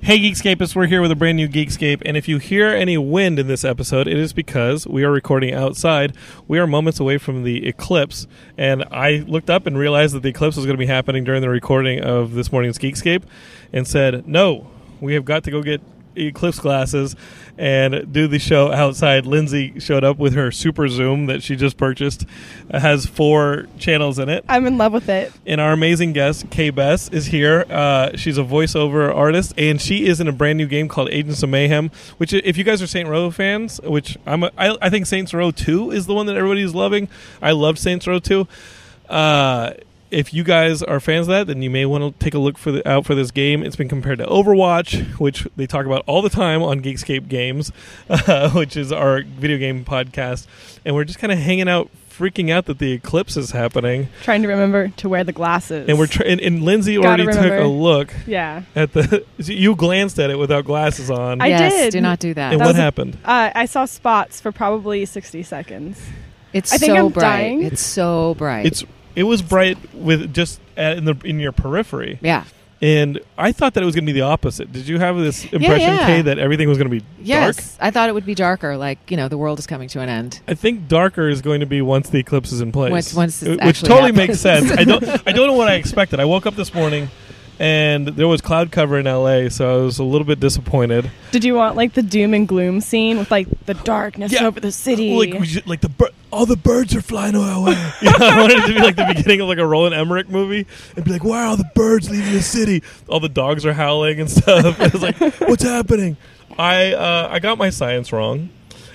Hey, Geekscapists, we're here with a brand new Geekscape, and if you hear any wind in this episode, it is because we are recording outside. We are moments away from the eclipse, and I looked up and realized that the eclipse was going to be happening during the recording of this morning's Geekscape and said, No, we have got to go get eclipse glasses and do the show outside. Lindsay showed up with her super zoom that she just purchased, it has four channels in it. I'm in love with it. And our amazing guest, Kay Bess, is here. Uh, she's a voiceover artist, and she is in a brand new game called Agents of Mayhem. Which, if you guys are Saint Row fans, which I'm, a, I, I think Saints Row Two is the one that everybody is loving. I love Saints Row Two. Uh, if you guys are fans of that, then you may want to take a look for the, out for this game. It's been compared to Overwatch, which they talk about all the time on Geekscape Games, uh, which is our video game podcast, and we're just kind of hanging out, freaking out that the eclipse is happening. Trying to remember to wear the glasses. And we're tr- and, and Lindsay Gotta already remember. took a look yeah. at the. You glanced at it without glasses on, I yes, did. do not do that. and that what was a- happened? Uh, I saw spots for probably 60 seconds. It's I think so I'm bright. dying. It's so bright. It's it was bright with just at, in the in your periphery, yeah, and I thought that it was going to be the opposite. Did you have this impression, yeah. Kay, that everything was going to be yes. dark? I thought it would be darker. Like you know, the world is coming to an end. I think darker is going to be once the eclipse is in place. Once- once it which actually totally happens. makes sense. I don't I don't know what I expected. I woke up this morning and there was cloud cover in LA, so I was a little bit disappointed. Did you want like the doom and gloom scene with like the darkness over the city? Like, we should- like the bir- all the birds are flying away. yeah, I wanted it to be like the beginning of like a Roland Emmerich movie, and be like, why are all the birds leaving the city? All the dogs are howling and stuff. It's like, what's happening? I uh, I got my science wrong,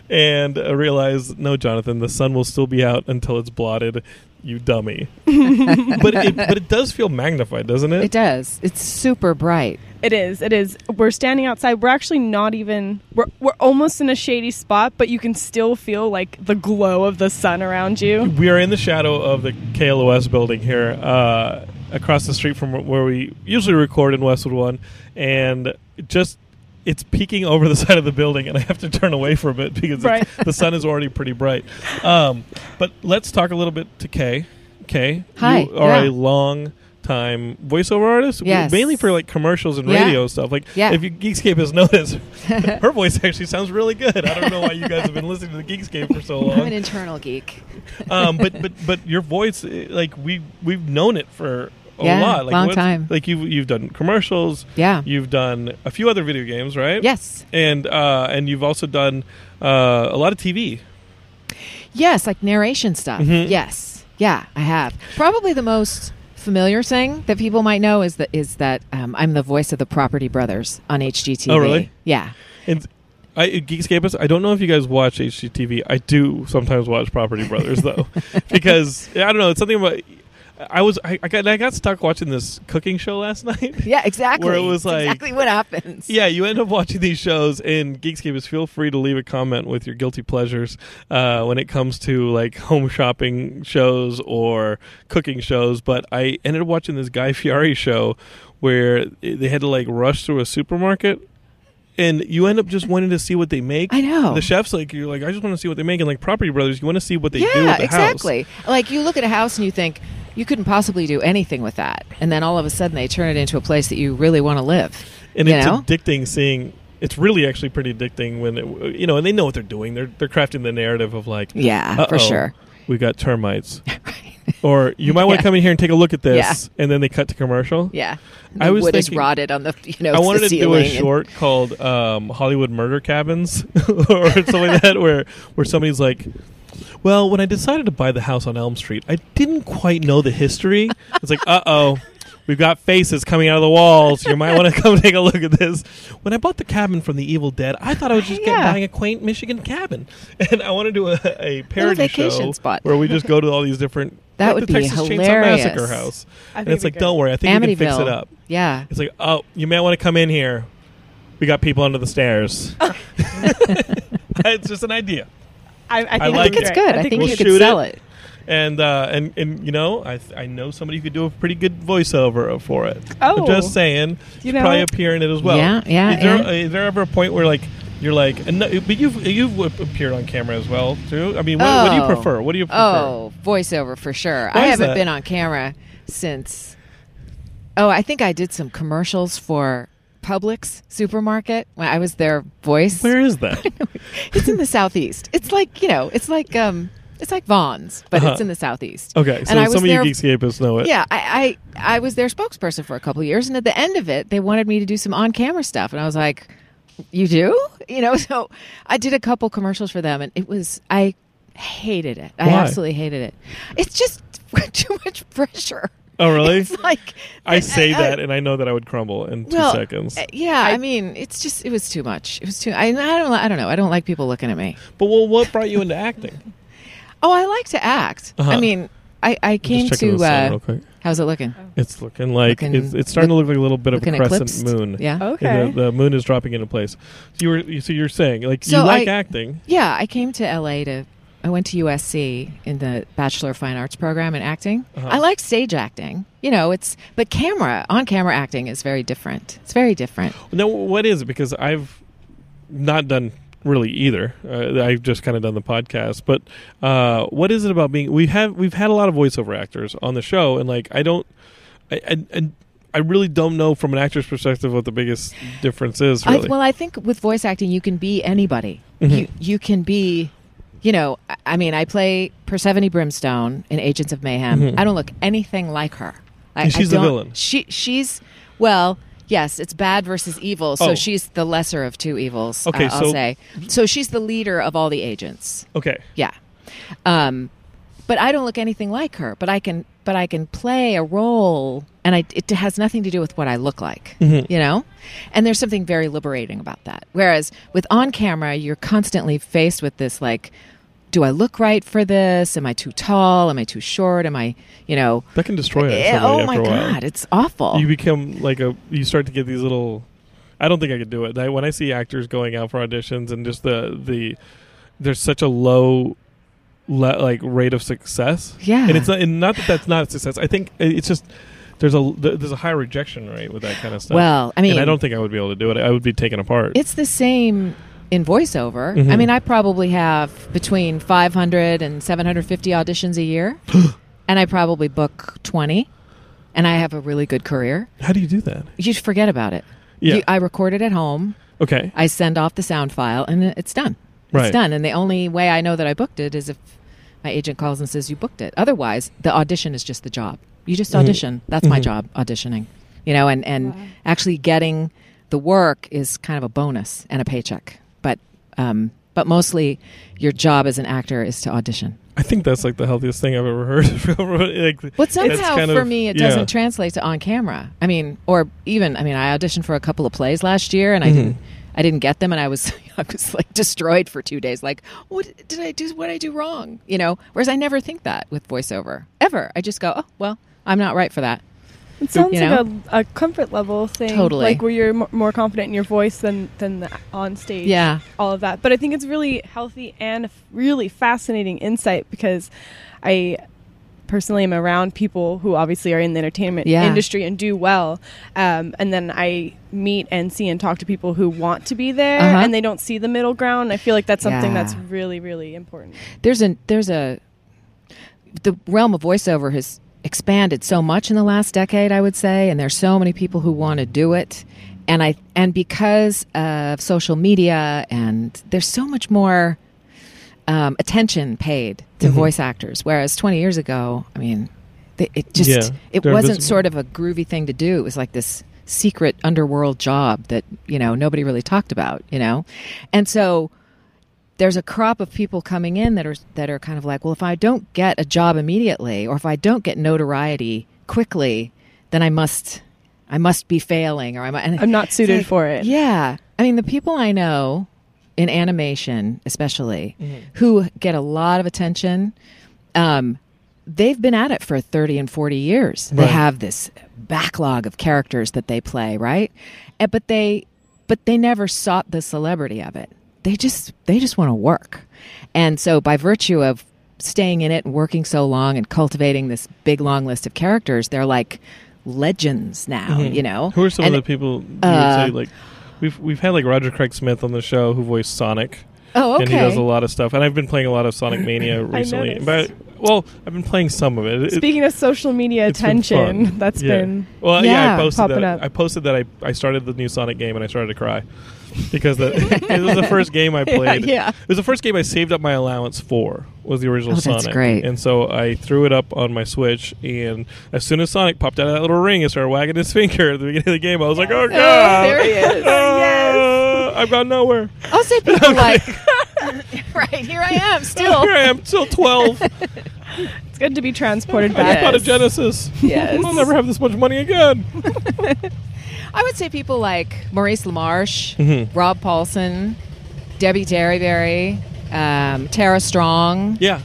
and I realized, no, Jonathan, the sun will still be out until it's blotted. You dummy. but it, but it does feel magnified, doesn't it? It does. It's super bright. it is. It is. We're standing outside. We're actually not even. We're we're almost in a shady spot, but you can still feel like the glow of the sun around you. we are in the shadow of the KLOS building here, uh, across the street from where we usually record in Westwood One, and it just it's peeking over the side of the building, and I have to turn away from it because Right. it's- the sun is already pretty bright. Um, but let's talk a little bit to Kay. Kay, Hi, you are a yeah. long time voiceover artist, Yes. mainly for like commercials and Yeah. radio stuff. Like, Yeah. if you, Geekscape has noticed, her voice actually sounds really good. I don't know why you guys have been listening to the Geekscape for so long I'm an internal geek. um, but but but your voice, eh, like we we've known it for a Yeah, lot, like long what's- time. Like you you've done commercials, Yeah. you've done a few other video games, right? Yes. and uh, and you've also done uh, a lot of TV. Yes, like narration stuff. Mhm. Yes. Yeah, I have. Probably the most familiar thing that people might know is that is that um, I'm the voice of the Property Brothers on HGTV. Oh, really? Yeah. And I, Geekscapists, I don't know if you guys watch HGTV. I do sometimes watch Property Brothers though, because I don't know. It's something about. I was I, I got I got stuck watching this cooking show last night. Yeah, exactly. Where it was It's like- exactly what happens. Yeah, you end up watching these shows, and Geekscape is feel free to leave a comment with your guilty pleasures uh, when it comes to like home shopping shows or cooking shows. But I ended up watching this Guy Fieri show where they had to like rush through a supermarket, and you end up just wanting to see what they make. I know. The chef's like, you're like, I just want to see what they make, and like Property Brothers, you want to see what they yeah, do with the house. exactly. Like you look at a house and you think you couldn't possibly do anything with that, and then all of a sudden they turn it into a place that you really want to live. And you it's know? addicting seeing. It's really actually pretty addicting when it, you know, and they know what they're doing. They're they're crafting the narrative of like, yeah, "Uh-oh, for sure. We got termites. Or you might want to Yeah. come in here and take a look at this, and then they cut to commercial. Yeah, I The was wood thinking- is rotted on the you know. I wanted the to do a ceiling and- short called um, "Hollywood Murder Cabins" or something like that, where where somebody's like, "Well, when I decided to buy the house on Elm Street, I didn't quite know the history." It's like, "Uh oh, we've got faces coming out of the walls. You might want to come take a look at this." When I bought the cabin from the Evil Dead, I thought I was just get- Yeah. buying a quaint Michigan cabin, and I want to do a, a parody vacation show spot. where we just go to all these different That like would the be Texas hilarious. Chainsaw Massacre house, I and think it's it'd like, be "Don't great. worry, I think we can fix it Amityville. up." Yeah, It's like, oh, you may want to come in here. We got people under the stairs. it's just an idea, I, I, think like it'd be it. it's great. good. I think think we'll you could shoot sell it. it. and uh, and and you know, I I know somebody who could do a pretty good voiceover for it. Oh. I'm just saying, you You know probably what? appear in it as well. Yeah, yeah, Is there, yeah. is there ever a point where like you're like, and no, but you've you've appeared on camera as well too? I mean, what, what do you Oh. prefer? What do you prefer? Oh, voiceover for sure. Why I is haven't that? been on camera since. Oh, I think I did some commercials for Publix supermarket. When I was their voice. Where is that? It's in the southeast. It's like you know, it's like um, it's like Vaughn's, but Uh-huh. it's in the southeast. Okay, so I was some of you there- Geekscapists know it. Yeah, I, I I was their spokesperson for a couple of years, and at the end of it, they wanted me to do some on camera stuff, and I was like, "You do?" You know, so I did a couple commercials for them, and it was I hated it. I Why? absolutely hated it. It's just too much pressure. Oh, really? It's like I say I- that, and I know that I would crumble in two well, seconds. uh, Yeah, I, mean, it's just it was too much. It was too. I, I don't. I don't know. I don't like people looking at me. But well, what brought you into acting? Oh, I like to act. Uh-huh. I mean, I I came Just checking to. this out Uh, real quick. how's it looking? It's looking like Looking- it's, it's starting to look like a little bit of a looking crescent eclipsed? moon. Yeah. Okay. The, the moon is dropping into place. So you were you- so you're saying like you So like I- acting. Yeah, I came to LA to. I went to USC in the Bachelor of Fine Arts program in acting. Uh-huh. I like stage acting. You know, it's but camera on camera acting is very different. It's very different. Now what is it? Because I've not done really either. Uh, I've just kind of done the podcast. But uh, what is it about being? We have we've had a lot of voiceover actors on the show, and like I don't, I I, I, I really don't know from an actor's perspective what the biggest difference is. I, Really. Mm-hmm. well, I think with voice acting, you can be anybody. You you can be, you know. I- I mean, I play Persephone Brimstone in Agents of Mayhem. Mhm. I don't look anything like her. I, And I she's the don't- villain. She she's well. Yes, it's bad versus evil. So Oh. she's the lesser of two evils. Okay, I- I'll so- say. So she's the leader of all the agents. okay. Yeah. Um, but I don't look anything like her. But I can, but I can play a role, and I, it has nothing to do with what I look like, Mm-hmm. you know. And there's something very liberating about that. Whereas with on camera, you're constantly faced with this like, do I look right for this? Am I too tall? Am I too short? Am I, you know? That can destroy it. Eh, oh after my a while. god, it's awful. you become like a you start to get these little i don't think i could do it I, when i see actors going out for auditions and just the the there's such a low le, like rate of success yeah, and it's not, and not that that's not success i think it- it's just there's a there's a high rejection rate with that kind of stuff well, I mean, and i don't think i would be able to do it i would be taken apart It's the same in voiceover. Mhm. I mean, I probably have between 500 and 750 auditions a year, and I probably book 20, and I have a really good career. how do you do that You should forget about it. yeah You, I record it at home, okay I send off the sound file, and it's done. Right. It's done. And the only way I know that I booked it is if my agent calls and says, You booked it. Otherwise, the audition is just the job. You just Mhm. audition. That's my Mhm. job, auditioning. You know, and, and Wow. actually getting the work is kind of a bonus and a paycheck. But, um, but mostly, your job as an actor is to audition. i think that's like the healthiest thing i've ever heard like, But that's somehow, kind for of- me, it yeah. doesn't translate to on camera. I mean, or even I mean, I auditioned for a couple of plays last year, and I Mhm. didn't, I didn't get them, and I was, I was like destroyed for two days. Like, what did I do? What did I do wrong? You know. Whereas I never think that with voiceover ever. I just go, oh well, I'm not right for that. It sounds you like a, a comfort level thing. Totally. Like where you're m- more confident in your voice than than the, on stage. Yeah. All of that. But I think it's really healthy and f- really fascinating insight because I personally am around people who obviously are in the entertainment Yeah. industry and do well. Um, and then I meet and see and talk to people who want to be there Uh-huh. and they don't see the middle ground. I feel like that's something Yeah. that's really, really important. There's a there's a the realm of voiceover has expanded so much in the last decade, I would say, and there's so many people who want to do it. And I and because of social media and there's so much more um, attention paid to Mm-hmm. voice actors, whereas 20 years ago, I mean, th- it just Yeah, it they're wasn't invisible. sort of a groovy thing to do. It was like this secret underworld job that you know nobody really talked about, you know, and so there's a crop of people coming in that are that are kind of like, well, if I don't get a job immediately, or if I don't get notoriety quickly, then I must, I must be failing, or I'm, and I'm not it's suited like, for it. Yeah, I mean, the people I know in animation, especially, Mm-hmm. who get a lot of attention, um, they've been at it for 30 and 40 years. They Right. have this backlog of characters that they play, right? And, but they but they never sought the celebrity of it. They just they just want to work. And so by virtue of staying in it and working so long and cultivating this big long list of characters, they're like legends now, you know. Mm-hmm. Who are some And- of the people you uh, would say like we've we've had like Roger Craig Smith on the show who voiced Sonic. Oh, And he okay. does a lot of stuff. And I've been playing a lot of Sonic Mania recently. noticed. but Well, I've been playing some of it. It- Speaking of social media it's been fun. attention, that's Yeah. been well, yeah. I Yeah, posted popping that. up. I posted that I, I started the new Sonic game and I started to cry because the, it was the first game I played. yeah. It was the first game I saved up my allowance for was the original Oh, Sonic. that's great. And so I threw it up on my Switch, and as soon as Sonic popped out of that little ring and started wagging his finger at the beginning of the game, I was like, "Oh god, there he is. Ah, I've gone nowhere. I'll say people like, right here I am still. Here I am, still twelve. It's good to be transported I just back. bought a Genesis. Yes. I'll never have this much money again. I would say people like Maurice LaMarche, Mhm. Rob Paulson, Debbie Derryberry, um, Tara Strong, Yeah,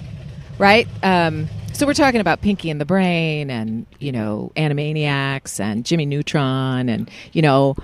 right? Um, so we're talking about Pinky and the Brain and, you know, Animaniacs and Jimmy Neutron and, you know,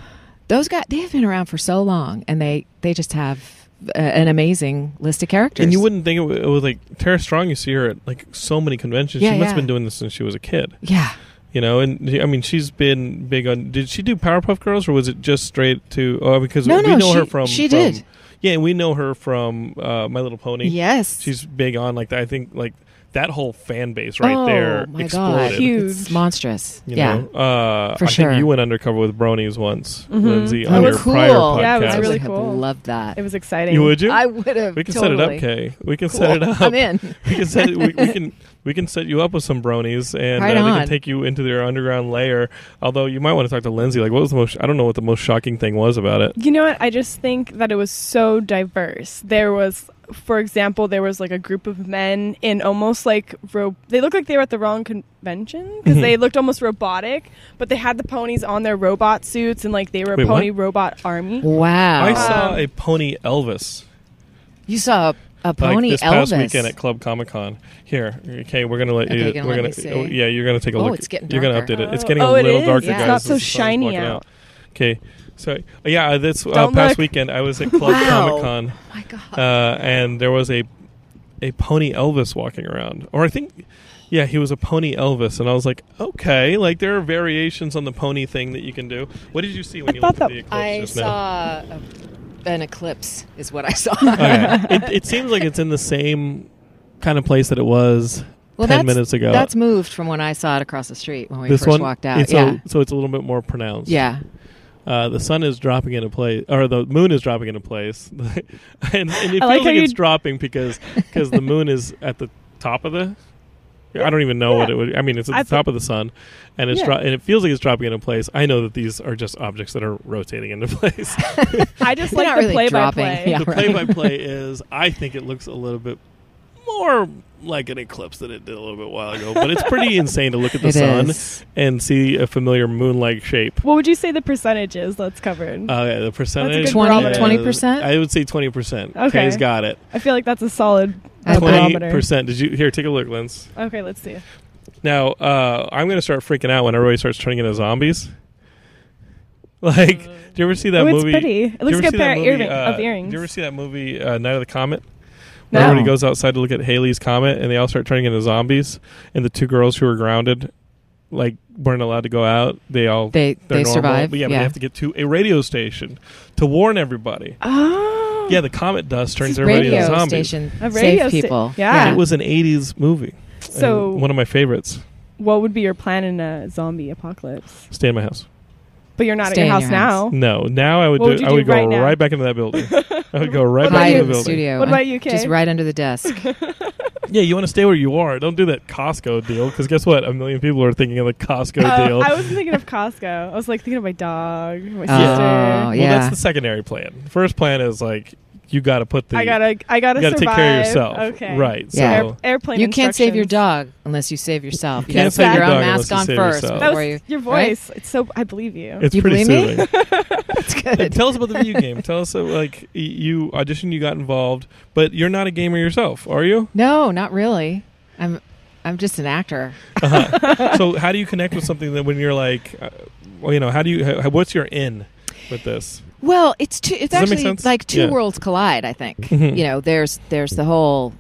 those guys, they have been around for so long and they, they just have uh, an amazing list of characters. and you wouldn't think it was, it was like Tara Strong. You see her at like so many conventions. Yeah, she must yeah. have been doing this since she was a kid. Yeah. You know, and she- I mean, she's been big on. Did she do Powerpuff Girls, or was it just straight to? Oh, because No, we no, know her she- from. she from- did. Yeah, and we know her from uh, My Little Pony. Yes. she's big on like that. I think like that whole fan base right oh, there my exploded. God. Huge. It's monstrous. You yeah. know, uh, For I sure. think you went undercover with Bronies once, Lindsay, Oh, on your cool. prior podcast. Yeah, it was I really would have cool. loved that. It was exciting. you would you? I would have. we can set it totally. up, Kay. We can set it Cool. up. I'm in. We can set we, we can we can set you up with some bronies, and Right uh, they on. can take you into their underground lair. Although you might want to talk to Lindsay. Like, what was the most? I don't know what the most shocking thing was about it. You know what? I just think that it was so diverse. There was, for example, there was like a group of men in almost like ro- they looked like they were at the wrong convention Mm-hmm. because they looked almost robotic, but they had the ponies on their robot suits and like they were a Wait, what? pony robot army. Wow. I saw a pony Elvis. you saw a, a like, pony this Elvis. past weekend at Club Comic Con. Here, okay, we're gonna let Okay, you. gonna we're let gonna, me see. oh, yeah, you're gonna take a Oh, look. it's getting you're gonna darker. update it. It's Oh. getting Oh, a it little is. darker, Yeah. It's guys. not as so the sun's shiny blocking out. Okay, so yeah, this uh, Don't past look. weekend I was at Club Wow. Comic Con. Oh my God. uh, and there was a a pony Elvis walking around, or I think, yeah, he was a pony Elvis, and I was like, okay, like there are variations on the pony thing that you can do. What did you see when I you thought looked at that- the eclipse I just saw a, an eclipse, is what I saw. now? okay. it, it seems like it's in the same kind of place that it was ten that's- minutes ago. That's moved from when I saw it across the street when we this first one walked out. It's yeah. a, so it's a little bit more pronounced. yeah. uh, the sun is dropping into place, or the moon is dropping into place, and, and it I feels like like, how you- it's dropping because because the moon is at the top of the. I don't even know what Yeah. it would. I mean, it's at I the top of the sun, and it's Yeah. dro- and it feels like it's dropping into place. I know that these are just objects that are rotating into place. I just They're like not the really play dropping. by play. Yeah. the right. play-by-play is. I think it looks a little bit more like an eclipse than it did a little bit while ago, but it's pretty insane to look at the It sun is. and see a familiar moon-like shape. What would you say the percentage is that's covered? Uh, yeah, the percentage good 20 barometer. 20%? I would say twenty percent. Okay. Kay's got it. I feel like that's a solid Okay. Twenty barometer. percent. Did you here? Take a look, Lens. Okay, let's see. Now uh, I'm going to start freaking out when everybody starts turning into zombies. Like, do you ever see that oh, it's movie? pretty. It do looks you ever like see a that pair of, movie, earring, uh, of earrings. Do you ever see that movie uh, Night of the Comet? No. Where everybody goes outside to look at Haley's comet, and they all start turning into zombies. And the two girls who were grounded, like, weren't allowed to go out. They all They, they're they normal. survive. But yeah, but they have to get to a radio station to warn everybody. oh. Yeah, the comet dust turns This everybody into radio zombies. station A radio save sta- people. yeah. It was an '80s movie. and So- one of my favorites. What would be your plan in a zombie apocalypse? Stay in my house. But you're not Stay at in your house your house. now. No, now I would. Oh. What Do, would you I do would go right right, now? back into that building. I would go right What back into the about you? in the building. studio. What I'm about you, Kay? Just right under the desk. Yeah, you want to stay where you are. Don't do that Costco deal because guess what? A million people are thinking of the Costco Uh, deal. I was thinking of Costco. I was like thinking of my dog, my Oh, sister. Well, yeah. that's the secondary plan. First plan is like you got to put the I gotta, I gotta, you gotta take care of survive. yourself. Okay. Right. Yeah. So Air, airplane. you can't save your instructions. dog unless you save yourself. You, can't gotta save put your your own dog unless mask you on save first. yourself. That before was you- your right? voice. It's so I believe you. it's You pretty believe me? soothing. That's good. Tell us about the video game. Tell us uh, like y- you auditioned, you got involved, but you're not a gamer yourself, are you? No, not really. I'm I'm just an actor. Uh-huh. so how do you connect with something that when you're like, uh, well, you know, how do you? How, what's your in with this? Well, it's two. Does It's that make actually sense? like two Yeah. worlds collide. I think Mhm. you know. There's there's the whole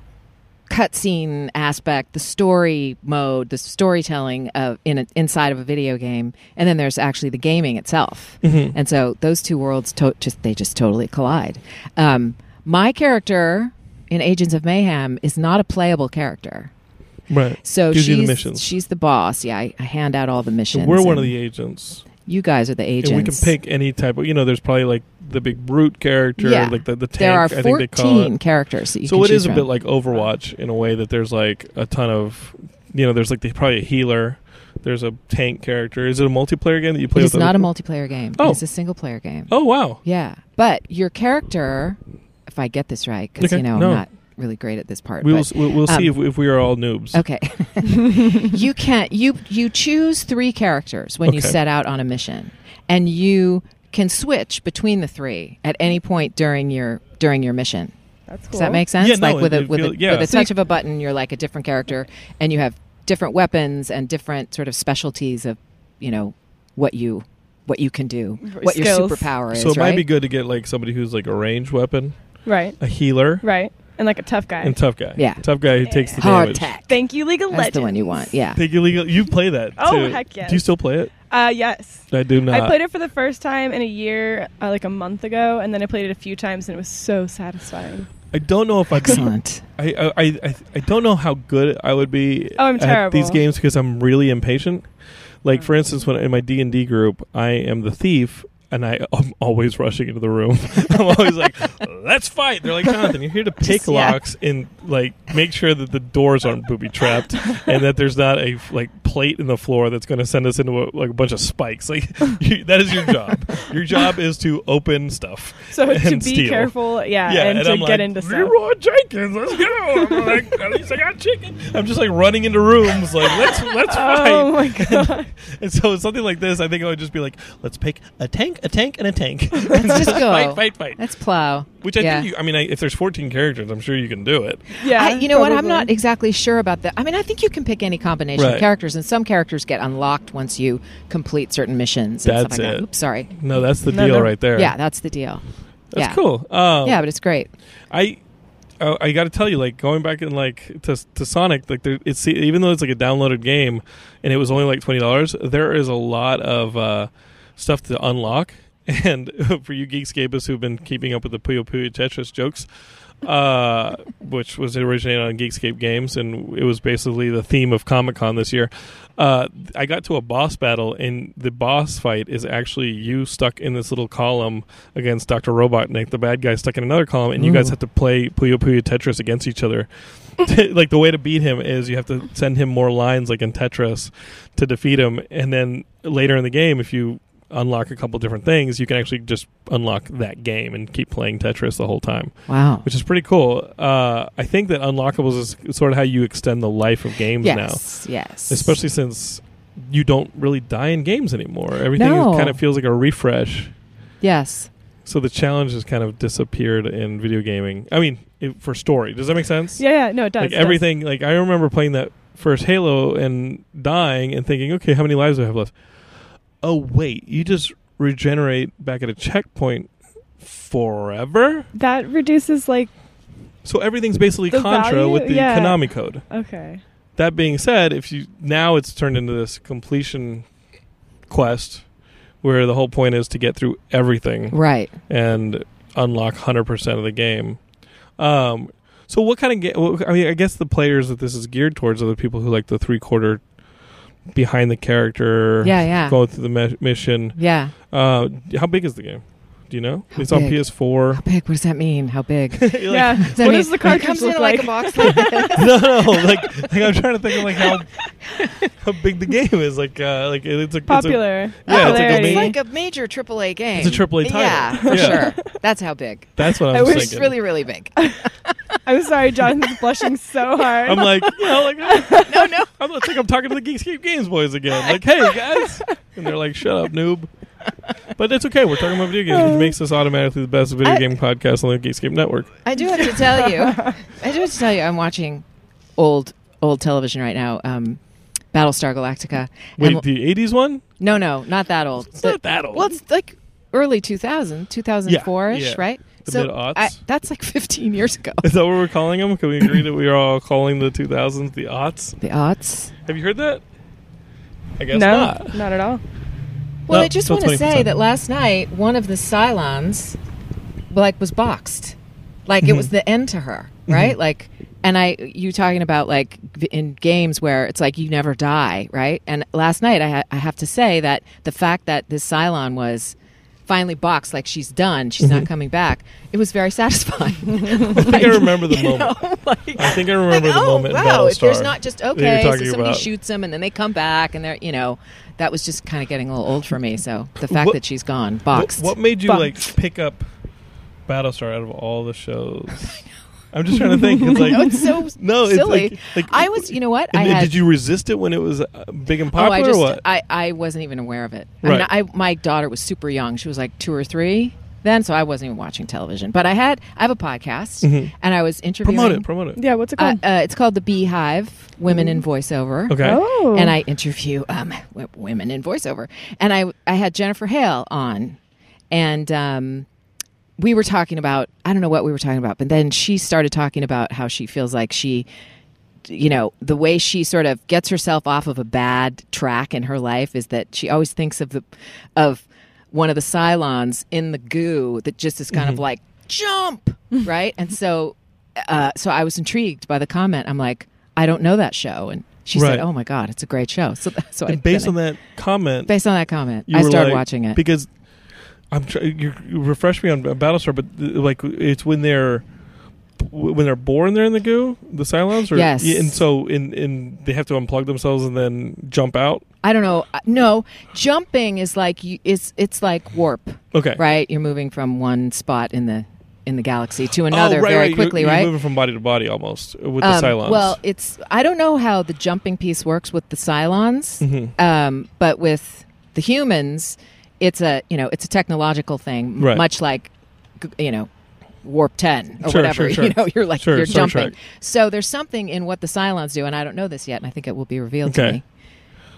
cutscene aspect, the story mode, the storytelling of in a, inside of a video game, and then there's actually the gaming itself. Mhm. And so those two worlds to- just they just totally collide. Um, my character in Agents of Mayhem is not a playable character. Right. So Gives you she's the missions. she's the boss. Yeah, I, I hand out all the So missions. we're one of and the agents, You guys are the agents. and we can pick any type of. You know, there's probably like the big brute character, Yeah. like the the tank. There are I think they call it. fourteen characters that you so can it choose is a from. bit like Overwatch in a way that there's like a ton of, you know, there's like the, probably a healer, there's a tank character. Is it a multiplayer game that you play? It with is not other- a multiplayer game. Oh. It's a single player game. Oh wow! Yeah, but your character, if I get this right, because Okay, you know no. I'm not really great at this part. We will, but- s- we'll, we'll um, see if, if we are all noobs. Okay. you can you you choose three characters when you Okay. set out on a mission, and you can switch between the three at any point during your during your mission. That's cool. Does that make sense? Yeah, like no, with it- a it with, feel- a, yeah. with a So you- touch of a button, you're like a different character, and you have different weapons and different sort of specialties of you know what you what you can do, Your what your skills. superpower is. So it right? might be good to get like somebody who's like a ranged weapon, right? a healer, Right. And like a tough guy. and tough guy. Yeah. tough guy who takes the hard damage. tech. Thank you, League of That's Legends. the one you want. Yeah. Think you legal? You play that? Oh, too. heck yes. Do you still play it? Uh, yes. I do not. I played it for the first time in a year, uh, like a month ago, and then I played it a few times, and it was so satisfying. I don't know if I. Excellent. I, I, I, I don't know how good I would be Oh, I'm at these terrible. Mm. games because I'm really impatient. Like for instance, when in my D and D group, I am the thief. And I, I'm always rushing into the room. I'm always like, "Let's fight!" They're like, "Jonathan, you're here to pick Just- yeah. locks and like make sure that the doors aren't booby trapped, and that there's not a like plate in the floor that's going to send us into a, like a bunch of spikes. Like you, that is your job. Your job is to open stuff. So to And be steal. careful, yeah, and, to I'm get like, into stuff. Leroy Jenkins, let's go. I'm like, at least I got chicken. I'm just like running into rooms, like let's let's fight. Oh my god! And so something like this, I think I would just be like, let's pick a tank, a tank, and a tank. let's just go. Fight, fight, fight. Let's plow. Which I Yeah. think you. I mean, I, if there's 14 characters, I'm sure you can do it. Yeah, I, you know what? I'm probably. not exactly sure about that. I mean, I think you can pick any combination Right. of characters, and some characters get unlocked once you complete certain missions. And That's stuff like it. That. Oops, sorry. No, that's the No, deal no. right there. Yeah, that's the deal. that's yeah. cool. Um, Yeah, but it's great. I I, I got to tell you, like going back and like to to Sonic, like there, it's even though it's like a downloaded game, and it was only like twenty dollars. There is a lot of uh, stuff to unlock, and for you Geekscapists who've been keeping up with the Puyo Puyo Tetris jokes. Uh, which was originated on Geekscape Games, and it was basically the theme of Comic Con this year. Uh, I got to a boss battle, and the boss fight is actually you stuck in this little column against Dr. Robotnik, the bad guy stuck in another column, and you guys Ooh. have to play Puyo Puyo Tetris against each other. like the way to beat him is you have to send him more lines, like in Tetris, to defeat him, and then later in the game, if you unlock a couple different things, you can actually just unlock that game and keep playing Tetris the whole time Wow. which is pretty cool. Uh, I think that unlockables is sort of how you extend the life of games now, Yes. Yes. especially since you don't really die in games anymore. Everything No. is, kind of feels like a refresh. Yes. So the challenge has kind of disappeared in video gaming. I mean, it, for story, does that make sense? Yeah, yeah, no, it does. like it does. everything. Like I remember playing that first Halo and dying and thinking, okay, how many lives do I have left? Oh wait, you just regenerate back at a checkpoint forever. That reduces like So everything's basically The contra value? with the Yeah. Konami code. okay, That being said, if you now it's turned into this completion quest where the whole point is to get through everything Right. and unlock 100% of the game. Um, so what kind of game well, I mean I guess the players that this is geared towards are the people who like the three quarter behind the character Yeah. Yeah. going through the me- mission. Yeah. Uh, how big is the game? Do you know? How it's on big? PS4. How big? What does that mean? How big? You're like, yeah. What What does that mean? does the It cartridge comes look in like? like a box. like this. no, no, like, like I'm trying to think of like how how big the game is. Like, uh, like it- it's a Popular. Yeah, oh, it's like a it's main- like a major AAA game. It's a AAA title. Yeah, for Yeah. sure. That's how big. It's a, that's what I I'm wish thinking. It's really, really big. I'm sorry, Jonathan's blushing so hard. I'm like, you know, like No, no. I'm like, I'm talking to the Geekscape Games boys again. Like, hey guys, and they're like, shut up, noob. But it's okay. We're talking about video games, which makes us automatically the best video I- game podcast on the Geekscape Network. I do have to tell you. I do have to tell you. I'm watching old old television right now. Um, Battlestar Galactica. Wait, And- the '80s one? no, no, not that old. It's The- not that old. well, it's like early 2000, 2004 ish, Yeah, yeah. right? The mid-aughts. that's like 15 years ago. is that what we're calling them? Can we agree that we are all calling the 2000s the aughts? the aughts. Have you heard that? I guess no, not. not. at all. Well, No, I just still want to 20%. say that last night one of the Cylons, like, was boxed. Like it was the end to her, right? Like, and I, you talking about like v- in games where it's like you never die, right? And last night I, ha- I have to say that the fact that this Cylon was finally boxed, like she's done, she's not coming back, it was very satisfying. I think I remember the moment. like, I think I remember like, the oh, moment. in Wow, if there's Battlestar not just that you're okay, so talking somebody about. shoots them and then they come back and they're you know, that was just kind of getting a little old for me. So the fact What- that she's gone, Wh- boxed. What, made you Boxed. like pick up Battlestar out of all the shows? I'm just trying to think. It's like no, it's so no, it's silly. like, like I was, you know what? I and had. did you resist it when it was uh, big and oh, popular I just, or what? I, I wasn't even aware of it. Right. I mean, I, my daughter was super young. She was like two or three then, so I wasn't even watching television. But I had, I have a podcast, Mhm. and I was interviewing. promote it, promote it. Yeah, what's it uh, called? uh, it's called the Beehive Women in Voiceover. Mm-hmm. Okay. oh, and I interview um, w- women in voiceover. And I I had Jennifer Hale on, and um, we were talking about I don't know what we were talking about, but then she started talking about how she feels like she. You know, the way she sort of gets herself off of a bad track in her life is that she always thinks of the of one of the Cylons in the goo that just is kind Mm-hmm. of like jump, right? And so, uh, so I was intrigued by the comment. I'm like, I don't know that show, and she Right. said, "Oh my god, it's a great show." So, so I and based then on that I- comment, based on that comment, you I were started like- watching it. because I'm tr- you you refresh me on Battlestar, but th- like it's when they're when they're born they're in the goo, the Cylons, or Yes. yeah, and so in in they have to unplug themselves and then jump out. I don't know. I- No, jumping is like you, it's it's like warp, Okay, right? You're moving from one spot in the in the galaxy to Oh, another right, very right. You're- quickly, you're right? Moving from body to body almost with Um, the Cylons. Well, it's I don't know how the jumping piece works with the Cylons, Mhm. um, but with the humans, it's a you know it's a technological thing, m- Right. much like g- you know warp ten or Sure, whatever. sure, sure. You know, you're like Sure, you're Star jumping. Trek. So there's something in what the Cylons do, and I don't know this yet, and I think it will be revealed Okay. to me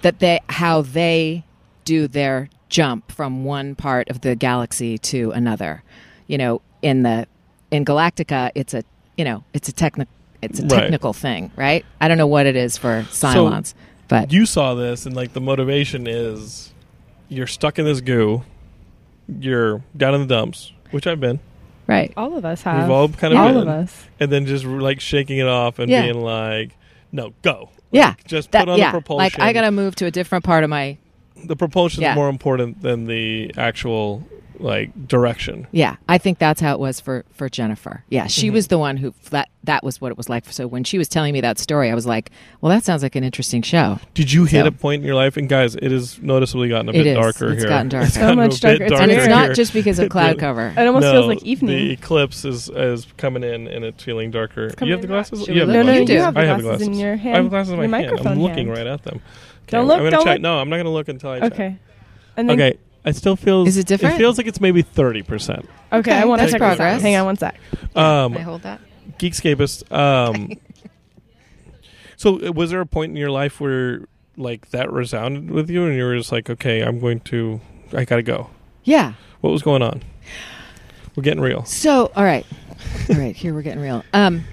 that they how they do their jump from one part of the galaxy to another. You know, in the in Galactica, it's a you know it's a technic it's a Right. technical thing, right? I don't know what it is for Cylons, but you saw this and like the motivation is you're stuck in this goo you're down in the dumps which i've been right, all of us have. we've all kind of all been of us. and then just like shaking it off and Yeah. being like no go yeah, just that, put on yeah. the propulsion Like I gotta move to a different part of my the propulsion Yeah. is more important than the actual like direction Yeah, I think that's how it was for for Jennifer. Yeah, she Mm-hmm. was the one who that that was what it was like. So when she was telling me that story, I was like, "Well, that sounds like an interesting show." did you hit So- a point in your life and guys it is noticeably gotten a It bit is. darker It's here gotten darker. It's So gotten a bit much darker. It's and it's weird. not here. just because of cloud The- cover. It almost no, feels like evening. The eclipse is is coming in and it's feeling darker. coming you have the in glasses? hot. You have we the look? no, no, glasses. you do. you have I the have glasses the glasses. in your hand. I have glasses in my your hand. microphone I'm looking hand. right at them. 'Kay, Don't look, I'm gonna don't check. look. No, I'm not gonna look until I check. Okay. And then, Okay. It still feels. Is it different? It feels like it's maybe thirty percent. Okay, I Okay, want to that's check progress. This out. Hang on one sec. Um, hold that. Geekscapist. Um, so, uh, was there a point in your life where like that resounded with you, and you were just like, "Okay, I'm going to. I gotta go." Yeah. What was going on? We're getting real. So, all right, all right. Here we're getting real. Um,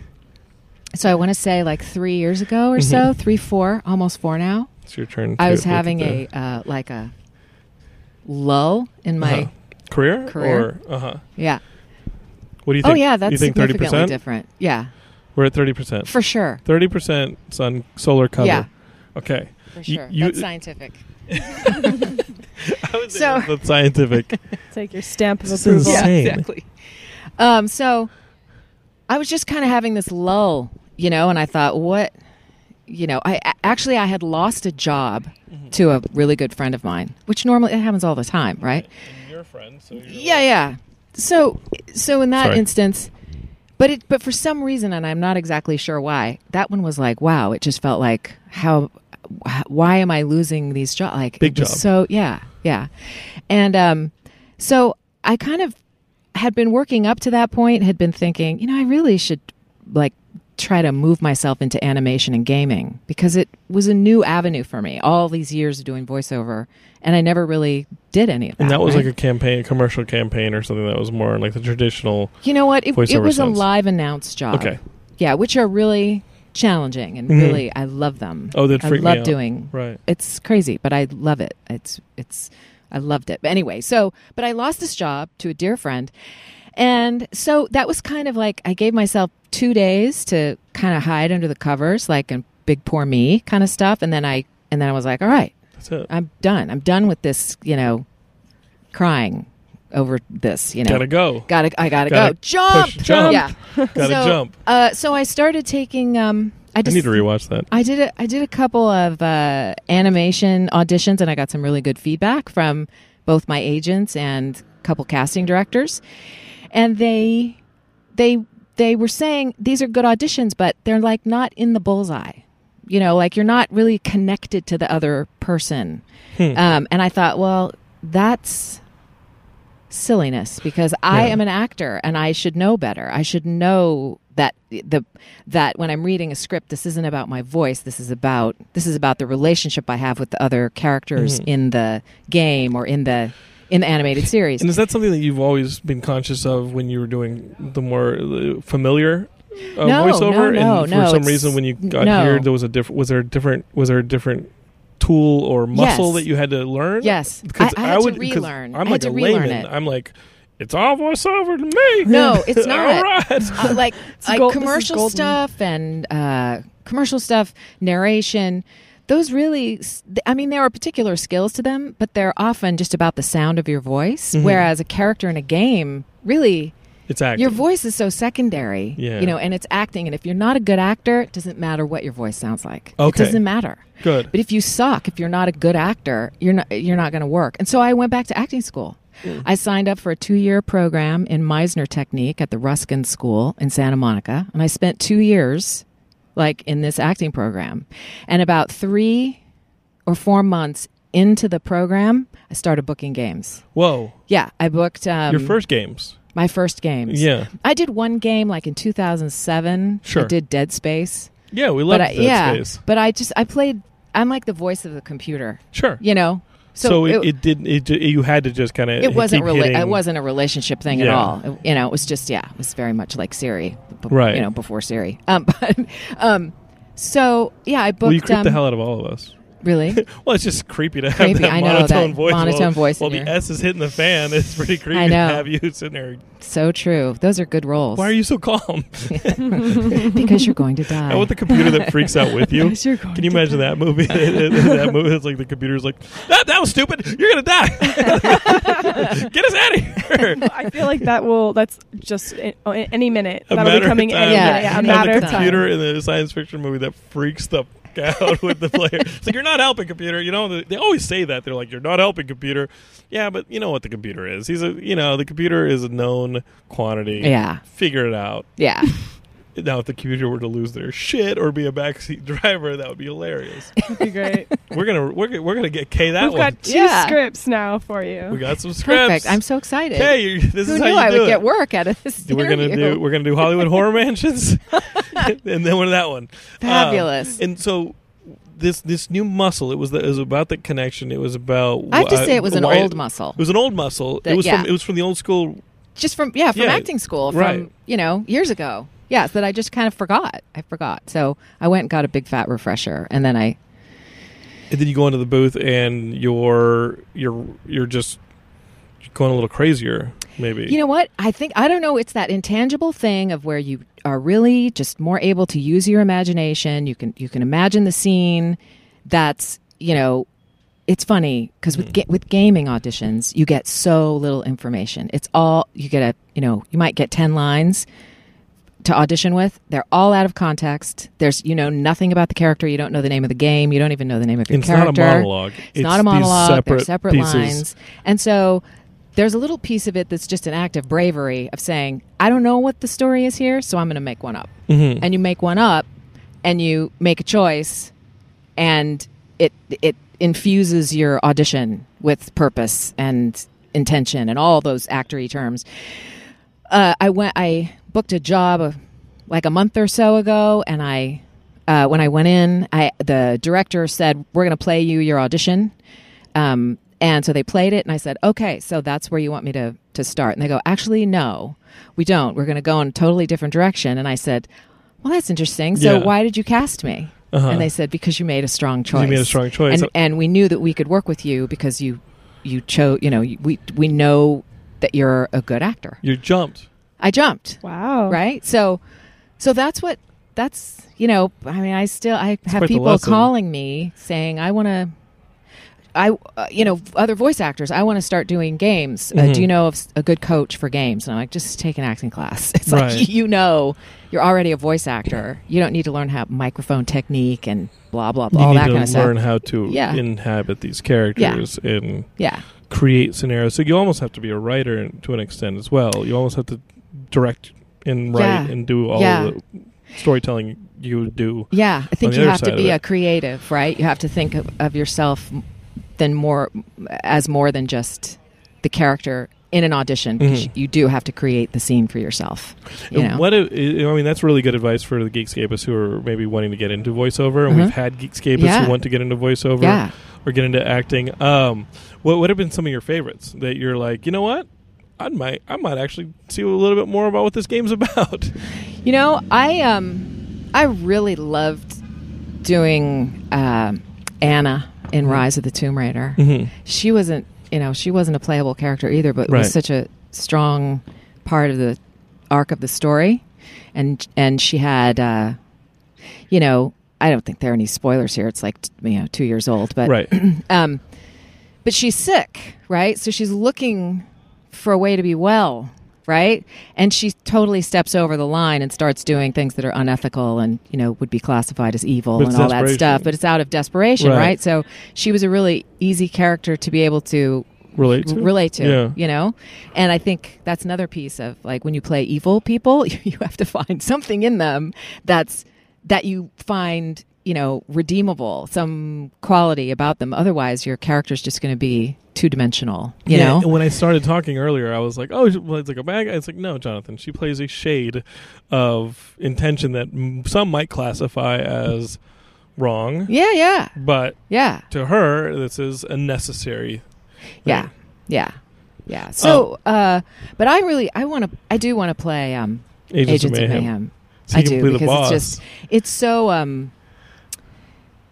so I want to say like three years ago or so, three, four, almost four now. It's your turn. I to was Mm-hmm. look at having the- a uh, like a lull in my Uh-huh. career. career. Or, uh-huh. yeah. What do you Oh think? yeah, that's you think significantly 30%? different. Yeah, We're at thirty percent. for sure. Thirty percent sun solar cover. Yeah. Okay. For You- sure. you- that's scientific. I was So- that's scientific. It's like your stamp of This is approval. Yeah, insane. exactly. Um, so I was just kind of having this lull, you know, and I thought, what, you know, I a- actually I had lost a job Mm-hmm. to a really good friend of mine, which normally it happens all the time, right? Your friend. So Yeah, yeah. So, so in that Sorry. instance, but it, but for some reason, and I'm not exactly sure why, that one was like, wow, it just felt like how, wh- why am I losing these jobs? Like, Big it was job. So yeah, yeah, and um, so I kind of had been working up to that point, had been thinking, you know, I really should like try to move myself into animation and gaming because it was a new avenue for me. All these years of doing voiceover, and I never really did any of that. And that was right? like a campaign, a commercial campaign or something that was more like the traditional. You know what? It, it Voiceover was sounds. a live announced job. Okay. Yeah, which are really challenging and Mhm. really I love them. Oh, that I freaked me love out. doing. Right. It's crazy, but I love it. It's it's I loved it. But anyway, so but I lost this job to a dear friend, And so that was kind of like I gave myself two days to kind of hide under the covers, like and big poor me kind of stuff. And then I and then I was like, all right, That's it. I'm done. I'm done with this. You know, crying over this. You know, Gotta go. Gotta, I gotta, Gotta go. Jump, push, jump. Yeah, Gotta so, jump. Uh, so I started taking. Um, I I just need to rewatch that. I did a, I did a couple of uh, animation auditions, and I got some really good feedback from both my agents and a couple casting directors, and they they they were saying these are good auditions, but they're like not in the bullseye. You know, like you're not really connected to the other person. Hmm. Um, and I thought, well, that's silliness because I Yeah. am an actor and I should know better. I should know that the that when I'm reading a script, this isn't about my voice. This is about this is about the relationship I have with the other characters Mm-hmm. in the game or in the in the animated series. And is that something that you've always been conscious of when you were doing the more uh, familiar uh, No, voiceover? no, no, and for no, some it's- reason, when you got no. here, there was a different. Was there a different? Was there a different tool or muscle Yes. that you had to learn? Yes, I, because I had to 'cause relearn. I'm I had like to a relearn layman. it. I'm like, it's all voiceover to me. No, it's not. all right. Uh, like It's like gold- this is commercial golden. stuff and uh, commercial stuff, narration. Those really, s- th- I mean, there are particular skills to them, but they're often just about the sound of your voice. Mm-hmm. Whereas a character in a game, really, It's acting. your voice is so secondary. Yeah. You know, and it's acting. And if you're not a good actor, it doesn't matter what your voice sounds like. Okay. It doesn't matter. Good. But if you suck, if you're not a good actor, you're not you're not going to work. And so I went back to acting school. Mm. I signed up for a two-year program in Meisner technique at the Ruskin School in Santa Monica, and I spent two years, like in this acting program, and about three or four months into the program, I started booking games. Whoa, Yeah, I booked um, your first games. my first games. Yeah, I did one game like in 2007. Sure. I did Dead Space, yeah, we but loved I, that yeah, space. but I just I played. I'm like the voice of the computer Sure. you know So, it, it, didn't. It, ju- you had to just kind of. it wasn't really. really it wasn't a relationship thing at Yeah. all It- you know it was just yeah it was very much like siri b- Right. you know before siri um but um so yeah i booked Well, you creeped um, the hell out of all of us. really Well, it's just creepy to have Creepy, that I know, monotone that voice. while, monotone voice in While the your- S is hitting the fan, it's pretty creepy I to know. have you sitting there. so true those are good roles Why are you so calm? because you're going to die And with the computer that freaks out with you. Yes, you're going Can you to imagine die. that movie? that movie, it's like the computer's like, that, that was stupid. You're gonna die. Get us out of here. I feel like that will. That's just in, oh, in any minute. A That'll matter be of coming time. any minute. Yeah, Yeah, a in And matter of the time. computer in the science fiction movie that freaks the f- out with the player. It's like you're not helping computer. You know they- they always say that they're like you're not helping computer. Yeah, but you know what the computer is. He's a you know the computer is a known quantity. yeah figure it out. yeah Now if the computer were to lose their shit or be a backseat driver, that would be hilarious. That'd be great. we're gonna we're, gonna- we're gonna get K that We've one. got two Yeah. scripts now for you. we got some scripts. perfect i'm so excited K, you, this who is knew how you i do would it. get work out of this We're gonna interview? do we're gonna do Hollywood Horror Mansions, and then one that one. Um, Fabulous. and so this this new muscle. It was the, it was about the connection. It was about. i have to uh, say it was an why- old muscle It was an old muscle. That- it was yeah. from it was from the old school. just from yeah from Yeah, acting school from right. you know years ago yes that i just kind of forgot i forgot so i went and got a big fat refresher and then i And then you go into the booth and you're you're you're just going a little crazier, maybe. you know what i think i don't know it's that intangible thing of where you are really just more able to use your imagination you can you can imagine the scene that's you know it's funny because Mm. with ga- with gaming auditions you get so little information it's all you get a you know you might get 10 lines to audition with. They're all out of context. There's you know nothing about the character. You don't know the name of the game. You don't even know the name of your it's not a character. monologue. It's, not a these monologue. Separate They're separate pieces. lines. And so there's a little piece of it that's just an act of bravery of saying, I don't know what the story is here, so I'm going to make one up. Mhm. And you make one up, and you make a choice, and it it infuses your audition with purpose and intention and all those actory terms uh, I went. I booked a job uh, like a month or so ago, and I uh, when I went in, I the director said we're going to play you your audition, um, and so they played it, and I said, okay, so that's where you want me to to start, and they go, actually, no, we don't. We're going to go in a totally different direction, and I said. Well, that's interesting. So, Yeah. why did you cast me? Uh-huh. And they said because you made a strong choice. made a strong choice. and, and we knew that we could work with you because you you chose. You know, you- we we know that you're a good actor. You're jumped. I jumped, Wow. right? So, so that's what that's you know. I mean, I still I have quite the people lesson. calling me saying I want to. I uh, you know other voice actors. I want to start doing games. Uh, Mhm. do you know of s- a good coach for games? And I'm like, just take an acting class. It's Right. like you know you're already a voice actor. You don't need to learn how microphone technique and blah blah blah you all need that to kind of learn stuff. how to Yeah. inhabit these characters and Yeah, create scenarios. So you almost have to be a writer to an extent as well. You almost have to direct and write Yeah. and do all Yeah. the storytelling you would do. yeah. I think the you other have side to of be it- a creative, right? You have to think of, of yourself m- than more as more than just the character in an audition. 'cause Mhm. You do have to create the scene for yourself. You And know, What if- I mean, that's really good advice for the Geekscapists who are maybe wanting to get into voiceover. And Uh-huh. we've had Geekscapists Yeah. who want to get into voiceover yeah. or get into acting. Um, what would have been some of your favorites that you're like, you know what? I might, I might actually see a little bit more about what this game's about. You know, I um, I really loved doing um Anna Mm-hmm. in Rise of the Tomb Raider. Mhm. She wasn't, you know, she wasn't a playable character either, but Right. was such a strong part of the arc of the story, and and she had, uh, you know, I don't think there are any spoilers here. It's like t- you know, two years old, but right. um, but she's sick, right? So she's looking for a way to be well, right? And she totally steps over the line and starts doing things that are unethical and you know would be classified as evil But and it's all that desperation. stuff. But it's out of desperation, Right. right. So she was a really easy character to be able to Relate to. relate to, Yeah. you know. And I think that's another piece of like when you play evil people, you have to find something in them that's that you find you know redeemable, some quality about them. Otherwise, your character's just going to be two dimensional, you Yeah, know. when I started talking earlier, I was like, "Oh, well, it's like a bad guy." It's like, no, Jonathan. She plays a shade of intention that m- some might classify as wrong, Yeah, yeah, but yeah, to her, this is a necessary. thing. yeah, yeah, yeah. So, uh, but I really, I want to, I do want to play um, Agents, of Mayhem. So you I can do, play the because boss. it's just- it's so um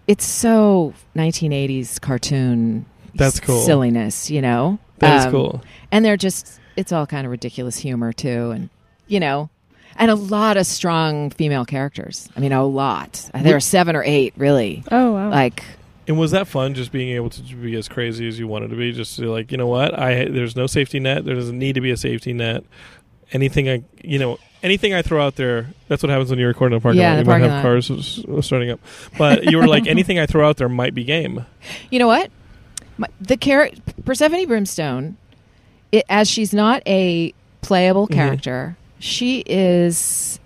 it's so 1980s cartoon That's cool. silliness you know that is Um, cool. and they're just it's all kind of ridiculous humor too and you know and a lot of strong female characters i mean a lot there are seven or eight really Oh wow. like And was that fun? Just being able to be as crazy as you wanted to be. Just to like, you know what? I there's no safety net. There doesn't need to be a safety net. Anything I, you know, anything I throw out there. That's what happens when you record in a parking Yeah, lot. the You might parking have lot. cars s- uh, starting up, but you were like, anything I throw out there might be game. you know what My, the character persephone brimstone it, as she's not a playable Mhm. character she is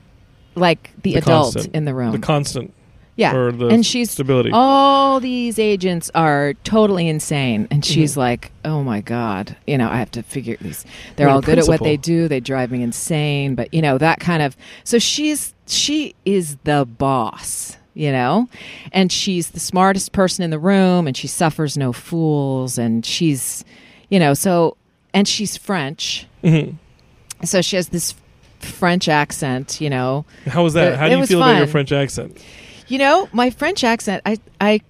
like the, The adult constant. in the room The constant yeah or the and she's stability. all these agents are totally insane and Mm-hmm. she's like oh my god you know i have to figure these they're What a all good at what principal. they do they drive me insane but you know that kind of so she's she is the boss you know and she's the smartest person in the room and she suffers no fools and she's you know so and she's french Mhm. so she has this french accent you know How was that? It- How it do you was feel about your fun. French accent? you know, my French accent, I, I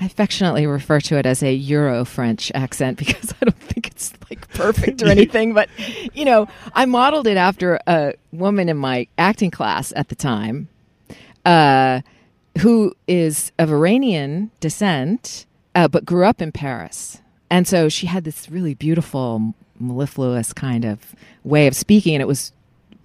affectionately refer to it as a Euro French accent because I don't think it's like perfect or anything. But, you know, I modeled it after a woman in my acting class at the time uh, who is of Iranian descent, uh, but grew up in Paris. And so she had this really beautiful, mellifluous kind of way of speaking, and it was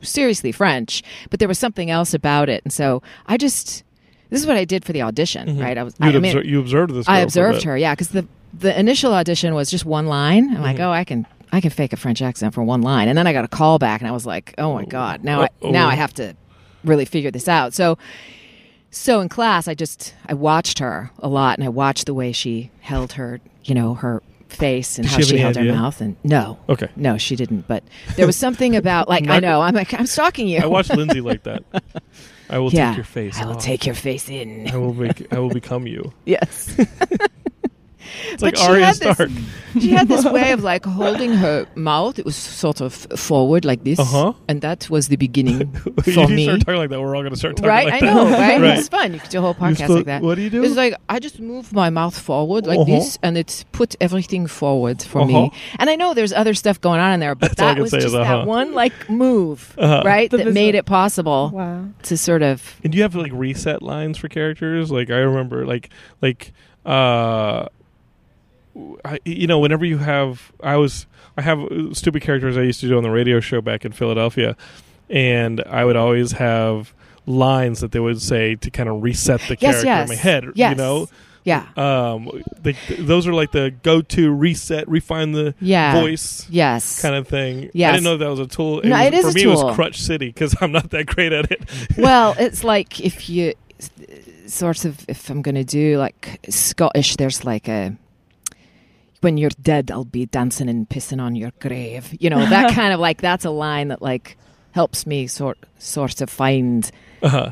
seriously French, but there was something else about it. And so I just, this is what I did for the audition, right? I was, You, I, I mean, Mm-hmm. obser- you observed this. I girl for a observed bit. her, yeah, because the the initial audition was just one line. I'm Mm-hmm. like, oh, I can I can fake a French accent for one line, and then I got a call back, and I was like, oh my god, now I Uh-oh. now I have to really figure this out. So. So in class, I just I watched her a lot, and I watched the way she held her, you know, her face and Did how she have she any held idea? her mouth. And no, Okay. no, she didn't. But there was something about like I Not- know I'm like I'm stalking you. I watched Lindsay like that. I will yeah, take your face. I will off. take your face in. I will make. I will become you. Yes. It's like Arya Stark. she had this way of like holding her mouth. It was sort of forward like this, Uh-huh. and that was the beginning If for you me. start talking like that, we're all going to start talking Right, like I that. know, right? Right. It's fun. You could do a whole You podcast still- like that. What do you do? It's like I just move my mouth forward like Uh-huh. this, and it put everything forward for Uh-huh. me. And I know there's other stuff going on in there, but That's all I that can was say is just uh-huh. that one like move, Uh-huh. right? The that visual- made it possible Wow. to sort of And do you have like reset lines for characters? Like I remember, like like uh, I, you know, whenever you have, I was I have uh, stupid characters I used to do on the radio show back in Philadelphia, and I would always have lines that they would say to kind of reset the Yes, character in yes. my head. You Yes. know, yeah, um, they, those are like the go-to reset, refine the yeah, voice. yes. Kind of thing. Yeah, I Yes. didn't know that was a tool. No, was- it is for a me. It tool. was Crutch City because I'm not that great at it. well, it's like if you sort of if I'm going to do like Scottish, there's like a when you're dead, I'll be dancing and pissing on your grave. You know that kind of like that's a line that like helps me sort sort of find Uh-huh.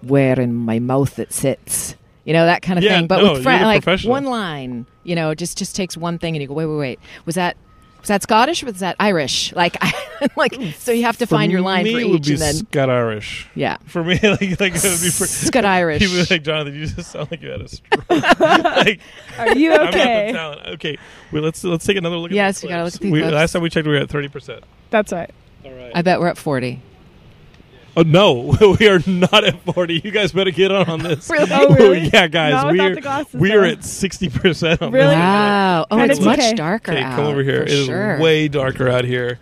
where in my mouth it sits. You know that kind of Yeah, thing. But no, with you're friend, the like professional. one line, you know, just just takes one thing, and you go, wait, wait, wait. Was that was that Scottish? or Was that Irish? Like, I, like so you have to find your line me, for it would each, be and then Scott Irish. yeah. For me, like like it would be for Scott Irish. people like Jonathan. You just sound like you had a stroke. like Are you I'm not the okay? talent. Okay, well, let's let's take another look. Yes, at you the gotta clips. look at these we, clips. Last time we checked, we were at thirty percent. That's right. All I right. bet we're at 40. Oh no, we are not at forty. You guys better get on on this. Really? Oh, really? yeah, guys, Not without we're the glasses, we're though. at sixty percent. on Really? This. Wow. Oh, Kind it's of much okay. darker Okay, out. come over here. for It is sure. way darker out here.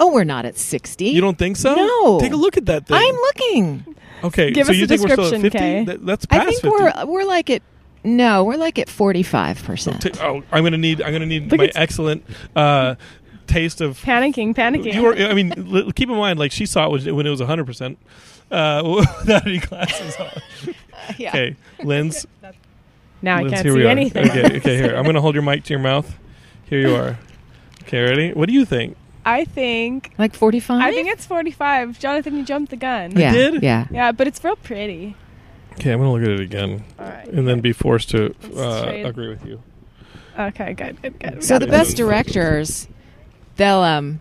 Oh, we're not at 60. You don't think so? No. Take a look at that thing. I'm looking. okay, Give so us you a think we're still at description, fifty? Kay. That's past I think 50. uh, we're we're like at No, we're like at 45%. T- oh, I'm gonna need. I'm gonna need Look, my it's- excellent uh, taste of. Panicking, panicking. You were. I mean, l- keep in mind, like she saw it was- when it was 100 percent uh, without any glasses on. yeah. Okay, lens. now I lens, can't here we see are. anything. Okay, okay. Here, I'm gonna hold your mic to your mouth. Here you are. Okay, ready? What do you think? I think Like 45? I think it's 45. Jonathan, you jumped the gun. yeah. did? Yeah. Yeah, but it's real pretty. Okay, I'm gonna look at it again All right. and then be forced to Let's uh, trade. agree with you. Okay, good, good, good. So the Yeah. best directors they'll um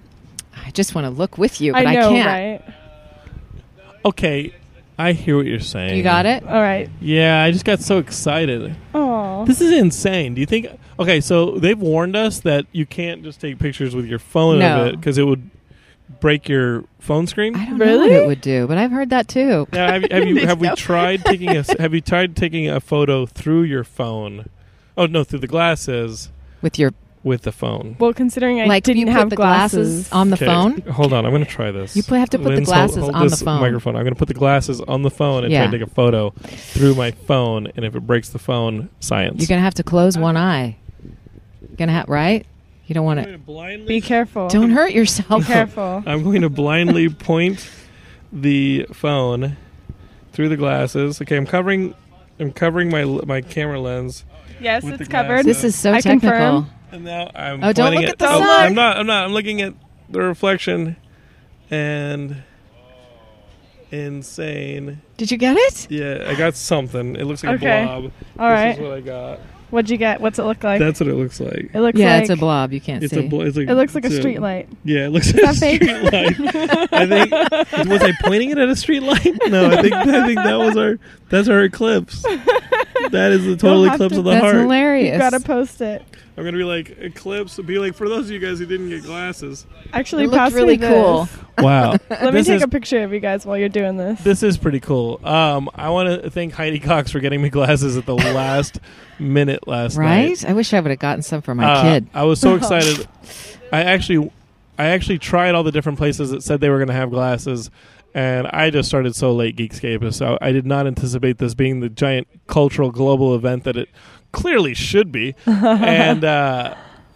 I just want to look with you, but I, know, can't. right? Okay, I hear what you're saying. You got it? All right. Yeah, I just got so excited. Oh. This is insane. Do you think? Okay, so they've warned us that you can't just take pictures with your phone No. of it because it would break your phone I screen. don't know what Really? it would do, but I've heard that too. Now, have, you- have you Did have we you know? tried taking a have you tried taking a photo through your phone? Oh no, through the glasses With your with the phone. Well, considering I like didn't you put have the glasses, on the Okay, phone. Hold on, I'm going to try this. You put- have to put the Linz, glasses hold, hold on the this phone. Microphone. I'm going to put the glasses on the phone and Yeah. try to take a photo through my phone. And if it breaks the phone, science. You're going to have to close one eye. Going to have right? You don't want to be blindly careful. Don't hurt Be yourself. careful. I'm going to blindly point the phone through the glasses. Okay, I'm covering. I'm covering my my camera lens, Yes, With the it's covered. glasses. This is so I technical. confirm. and now I'm. Oh, don't pointing look at the oh, sun. I'm not. I'm not. I'm looking at the reflection, and insane. Did you get it? Yeah, I got something. It looks like Okay. a blob. All this is right. what I got. What'd you get? What's it look like? That's what it looks like. it looks yeah, like it's a blob. You can't It's see. a, blo- it's like. It looks like a it's street light. Yeah, it looks like a that fake? street light. I think was I pointing it at a street light? No, I think I think that was our that's our eclipse. That is the total You'll have eclipse to- of the That's heart. hilarious. You gotta post it. I'm gonna be like eclipse. Be like for those of you guys who didn't get glasses. Actually, it pass looked me really this. cool. Wow, Let me This take is- a picture of you guys while you're doing this. this is pretty cool. Um, I want to thank Heidi Cox for getting me glasses at the last minute last night. Right? I wish I would have gotten some for my Uh, kid. I was so excited. I actually, I actually tried all the different places that said they were going to have glasses, and I just started so late Geekscape. So I did not anticipate this being the giant cultural global event that it clearly should be. and uh,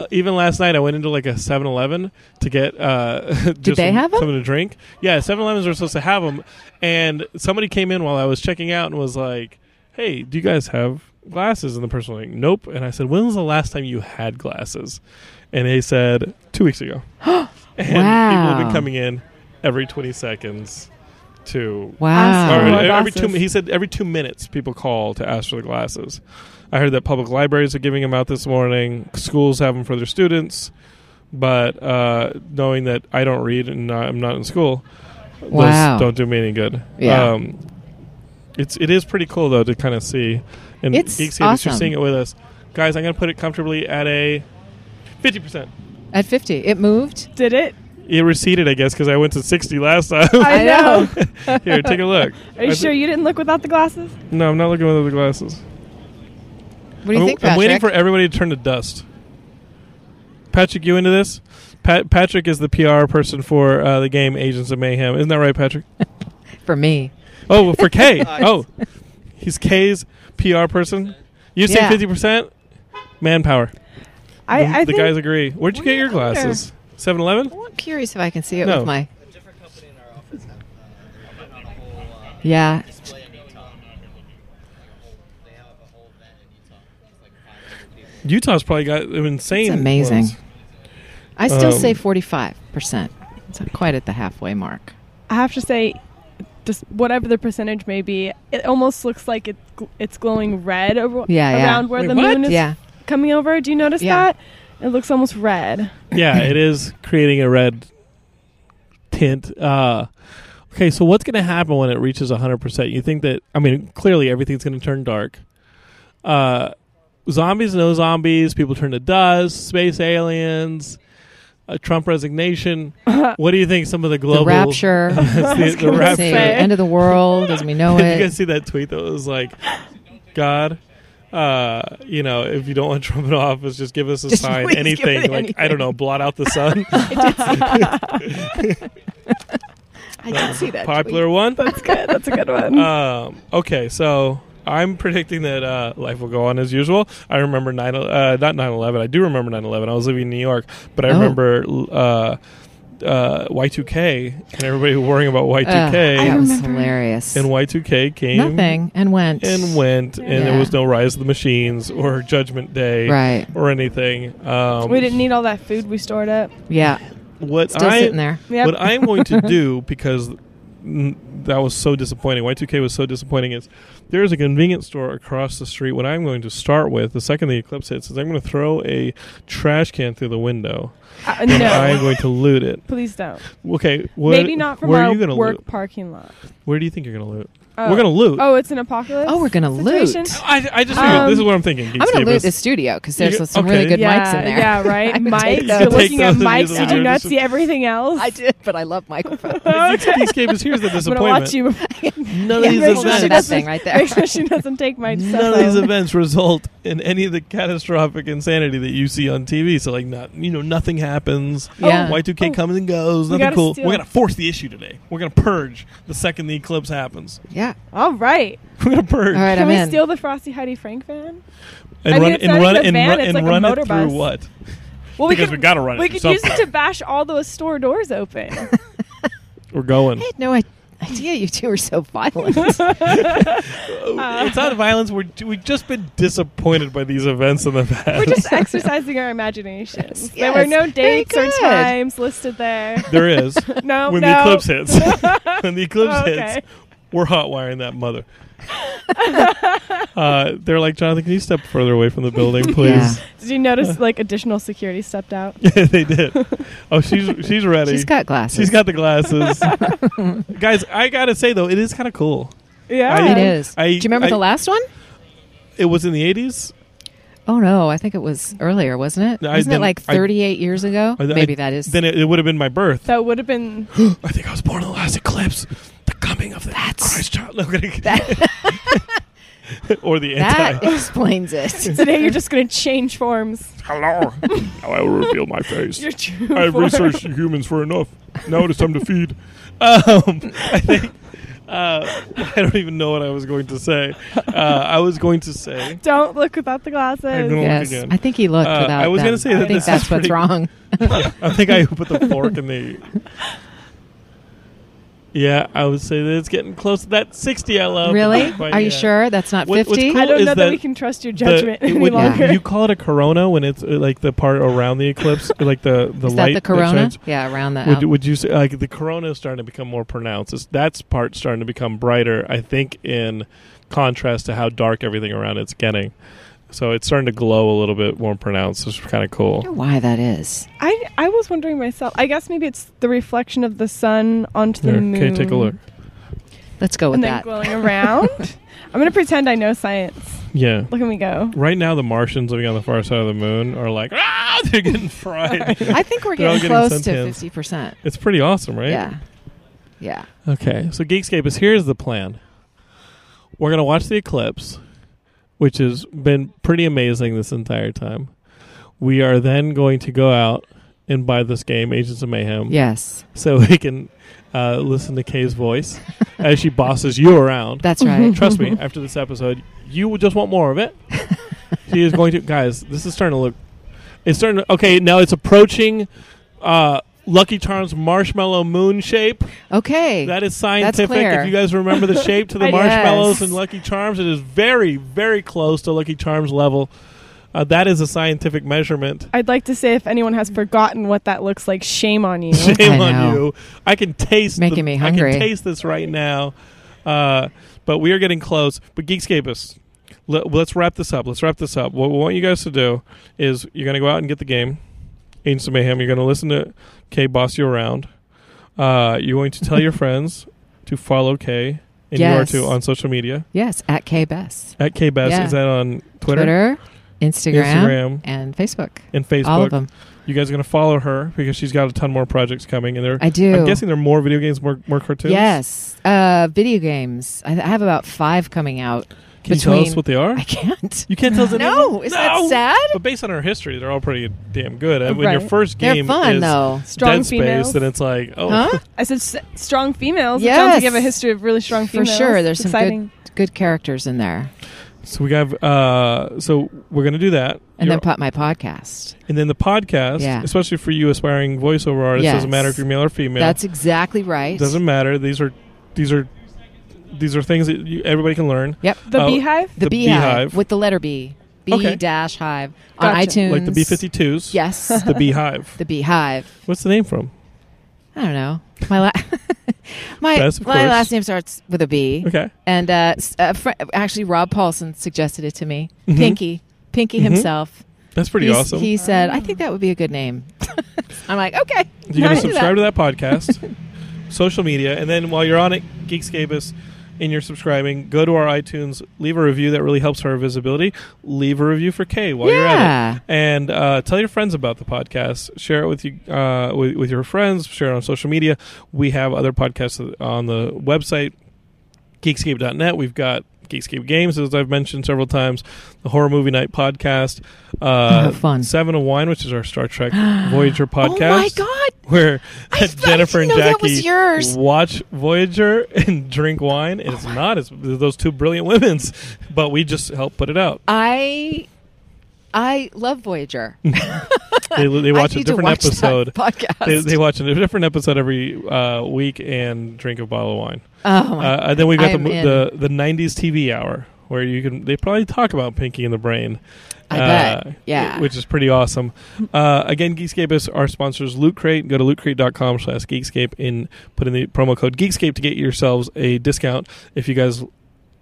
even last night, I went into like a 7-Eleven to get uh, just they have 'em? something to drink. Yeah, 7-Elevens were supposed to have them, and somebody came in while I was checking out and was like hey, do you guys have glasses? And the person was like, nope. And I said, when was the last time you had glasses? And they said, two weeks ago. and people have been Wow. coming in every 20 seconds to. Wow. Or Ask for more every two, glasses. he said every two minutes people call to ask for the glasses. I heard that public libraries are giving them out this morning. Schools have them for their students. But uh, knowing that I don't read and not, I'm not in school, Wow. those don't do me any good. Yeah. Um, it's it is pretty cool though to kind of see, and It's Geek Savers, you're awesome. seeing it with us, guys. I'm gonna put it comfortably at a fifty percent. At 50, it moved. Did it? It receded, I guess, because I went to sixty last time. I know. Here, take a look. Are you I thi- sure you didn't look without the glasses? No, I'm not looking with the glasses. What do you I'm, think, Patrick? I'm waiting for everybody to turn to dust. Patrick, you into this? Pat- Patrick is the PR person for uh, the game Agents of Mayhem. Isn't that right, Patrick? For me. Oh, for K. oh, he's K's PR person. You say Yeah. fifty percent manpower. I, the I the think guys agree. Where'd you Well, get your yeah, I wonder. glasses? 7-Eleven? Well, I'm curious if I can see it No. with my. A different company in our office have uh, a whole uh, Yeah. display in Utah. Like a whole, they have a whole event in Utah. It's like 500 people. Utah's probably got insane. It's amazing. ones. I still Um, say 45%. It's not quite at the halfway mark. I have to say, just whatever the percentage may be, it almost looks like it, gl- it's glowing red over, Yeah, yeah. around where Wait, the what? moon is Yeah. coming over. Do you notice Yeah. that? It looks almost red. yeah, it is creating a red tint. Uh, okay, so what's going to happen when it reaches 100%? You think that, I mean, clearly everything's going to turn dark. Uh, zombies, no zombies, people turn to dust, space aliens, uh, Trump resignation. what do you think some of the global. the rapture. Yes, the, the gonna Let's rapture. see, say. end of the world as we know Did you guys it. see that tweet that was like, God, uh, you know, if you don't want Trump in office, just give us a Just sign, please give anything, it like I don't anything. know, blot out the sun. I did see that. Popular one. That's good. That's a good one. Um, okay, so I'm predicting that uh, life will go on as usual. I remember nine, uh, not nine eleven. I do remember nine eleven. I was living in New York, but I Oh. remember uh, uh, Y2K and everybody worrying about that Y2K, was remember. hilarious. and Y2K came Uh, Nothing and went. and went, and Yeah. there was no Rise of the Machines or Judgment Day Right. or anything. Um, we didn't need all that food we stored up. Yeah. what Still I, sitting there. Yep. What I'm going to do because mm, that was so disappointing. Y2K was so disappointing. Is there is a convenience store across the street. What I'm going to start with the second the eclipse hits is I'm going to throw a trash can through the window. Uh, And I'm no, going to loot it. please don't. Okay, what, Maybe not from where our are you gonna work loot? parking lot. Where do you think you're going to loot? Oh. We're going to loot. Oh, it's an apocalypse. Oh, we're going to loot. situation? I'm I, I just figured, Um, this is what I'm thinking. Geeks going to loot Davis. the studio because there's You- some okay. really good yeah, mics in there. Yeah, I right. would Mics. take You're those. looking at Take those and mics. use Did them. you not see everything else? I did, but I love microphones. Geeks Davis, here's the I'm gonna disappointment. watch you. None Yeah, of these make sure she events. that thing right there. Make sure she doesn't take my None stuff. of these home. events result in any of the catastrophic insanity that you see on TV. So, like, not you know, nothing happens. Yeah. Y2K Oh. comes and goes. We Nothing gotta cool. steal. We're gonna force the issue today. We're gonna purge the second the eclipse happens. Yeah. All right. We're gonna purge All right, Can I'm we in. steal the Frosty Heidi Frank van? and I mean, run it's and not run even a and van, run it's and like a run motor it through bus. what? Well, Because we gotta run it We through could use it something. to bash all those store doors open. We're going. I had no i- idea you two were so violent. uh, it's not violence. We're, we've just been disappointed by these events in the past. We're just exercising our imaginations. Yes, There were no yes. Very dates or good. times listed there. there is No, when the no. eclipse hits. when the eclipse Oh, okay. hits, we're hot wiring that mother. uh, they're like, Jonathan, can you step further away from the building, please? Did you notice like additional security stepped out? Yeah, they did. Oh, she's she's ready. She's got glasses. She's got the glasses. Guys, I gotta say though, it is kind of cool. Yeah, I- It is. I- Do you remember I- the last one? It was in the eighties. Oh no, I think it was earlier, wasn't it? No, I- Wasn't it then like I- 38 years ago? I- Maybe I- that is. Then it, it would have been my birth. That would have been. I think I was born in the last eclipse. The coming of the Christ child. No, I'm kidding. or the anti. that explains it. Today you're just going to change forms. Hello. now I will reveal my face. Your true I've form. researched humans for enough. Now it is time to feed. Um, I think. Uh, I don't even know what I was going to say. Uh, I was going to say. Don't look without the I glasses. don't- yes, again. I think he looked Uh, without. I was going gonna to say that I think this is that's what's pretty- wrong. I think I put the fork in the. Yeah, I would say that it's getting close to that sixty. I love. Really? But Are you yeah. sure that's not What- what's 50? cool- I don't is know that, that we can trust your The- judgment it any would- longer. You call it a corona when it's uh, like the part around the eclipse, like the the is light that the that corona? shines? yeah, around the. Um, Would, out- would you say like the corona is starting to become more pronounced? It's, that's part starting to become brighter, I think, in contrast to how dark everything around it's getting. So it's starting to glow a little bit more pronounced, which is kind of I cool. wonder why that is. I I was wondering myself. I guess maybe it's the reflection of the sun onto the Here, moon. can you take a look? Let's go with And then that. glowing around. I'm gonna pretend I know science. Yeah. Look at me go. Right now, the Martians living on the far side of the moon are like, ah, they're getting fried. I think we're They're all getting getting, close to sentient. fifty percent. it's pretty awesome, right? Yeah, yeah. Okay, so Geekscape is here's the plan. We're gonna watch the eclipse, which has been pretty amazing this entire time. We are then going to go out and buy this game, Agents of Mayhem, Yes, so we can uh, listen to Kay's voice as she bosses you around. that's right. Trust me, after this episode, you will just want more of it. she is going to, guys. This is starting to look. It's starting. To, okay, now it's approaching uh, Lucky Charms Marshmallow Moon shape. Okay. That is scientific. clear. If you guys remember the shape to the Yes. marshmallows and Lucky Charms, it is very, very close to Lucky Charms level. Uh, that is a scientific measurement. I'd like to say if anyone has forgotten what that looks like, shame on you. Shame on I know. you! I can taste Making the- me I hungry. can taste this right now. Uh, but we are getting close. But Geekscape us. Let, us wrap this up. Let's wrap this up. What we want you guys to do is you're going to go out and get the game, Agents of Mayhem. You're going to listen to Kay boss you around. Uh, you're going to tell your friends to follow Kay, and Yes. you are too on social media yes, at K Bess. at Kay Best. Yeah. Is that on Twitter, Twitter, Instagram, Instagram, and Facebook. and Facebook? All of them. You guys are going to follow her because she's got a ton more projects coming, and they're I do. I'm guessing there are more video games, more more cartoons. Yes. Uh, video games. I, I have about five coming out. Can you tell us between- what they are? I can't. You can't tell us. No, is that No! sad? But based on her history, they're all pretty damn good. Uh, When your Right. first They're game fun is though. Strong Dead Space, females. then it's like, oh, Huh? I said s- strong females. Yes. Yes. It sounds like you have a history of really strong For females. sure, there's It's some exciting. Good characters in there, so we have. Uh, so we're gonna do that, and You're- then pop my podcast. and then the podcast, Yeah. especially for you aspiring voiceover artists, Yes. doesn't matter if you're male or female. That's exactly right. doesn't matter. These are these are these are things that you, everybody can learn. Yep. The Oh, beehive. The, The beehive, Beehive. with the letter B. B Okay. dash hive on Gotcha. iTunes. Like the B fifty twos. Yes. The Beehive. the beehive. What's the name from? I don't know. My la- my Bess, of my course. last name starts with a B. Okay. And uh, s- a fr- actually, Rob Paulson suggested it to me. Mhm. Pinky, Pinky Mhm. himself. That's pretty He's- awesome. He said, "I think that would be a good name." I'm like, okay. You're going Nice. to subscribe to that podcast, social media, and then while you're on it, Geekscapist, and you're subscribing, go to our iTunes, leave a review that really helps our visibility. Leave a review for Kay while you're at it. yeah. And uh, tell your friends about the podcast. Share it with you uh, with, with your friends. Share it on social media. We have other podcasts on the website, geekscape.net. We've got Geekscape Games, as I've mentioned several times, the Horror Movie Night podcast, uh, Have fun. Seven of Wine, which is our Star Trek Voyager podcast Oh my god! where I thought- Jennifer I and didn't know that was Jackie yours. watch Voyager and drink wine. And it's not it's those two brilliant women's, but we just help put it out. Uh, I I love Voyager. They, they watch I a need to different watch that episode. podcast. They, they watch a different episode every uh, week and drink a bottle of wine. oh my! Uh, and then we got the, I am in. the the '90s TV hour where you can they probably talk about Pinky and the Brain. Uh, I bet. Yeah. which is pretty awesome. Uh, again, Geekscape is our sponsors. Loot Crate. Go to lootcrate.com slash Geekscape and put in the promo code Geekscape to get yourselves a discount. If you guys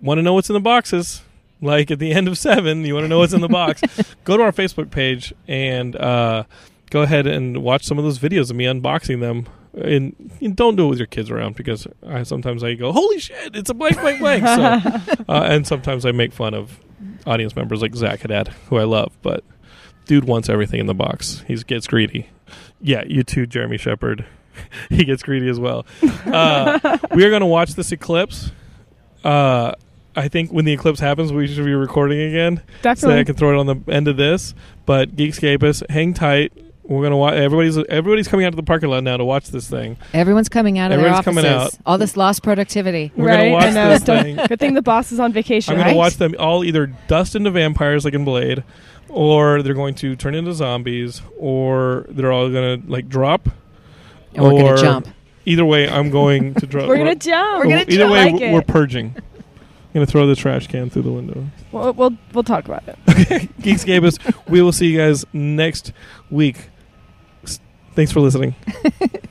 want to know what's in the boxes, like at the end of seven, you want to know what's in the box, go to our Facebook page and uh, go ahead and watch some of those videos of me unboxing them. And, and don't do it with your kids around because I sometimes I go, holy shit, it's a blank, blank, blank. So, uh, and sometimes I make fun of audience members like Zach Haddad, who I love, but dude wants everything in the box. He gets greedy. Yeah, you too, Jeremy Shepard. he gets greedy as well. Uh, we are going to watch this eclipse. Uh, I think when the eclipse happens, we should be recording again so that I Definitely. can throw it on the end of this. But Geekscapists, hang tight. We're gonna watch. Everybody's everybody's coming out to the parking lot now to watch this thing. Everyone's coming out of Everyone's their coming offices. out. All this lost productivity. We're Right, gonna I watch know. this Don't- thing. Good thing the boss is on vacation. I'm right? gonna watch them all either dust into vampires like in Blade, or they're going to turn into zombies, or they're all gonna like drop. And we're Or- gonna jump. Either way, I'm going to drop. We're gonna Well, jump. Oh, either way, like we're, it. we're purging. I'm gonna throw the trash can through the window. We'll, we'll we'll talk about it. Geeks gave us. We will see you guys next week. S- Thanks for listening.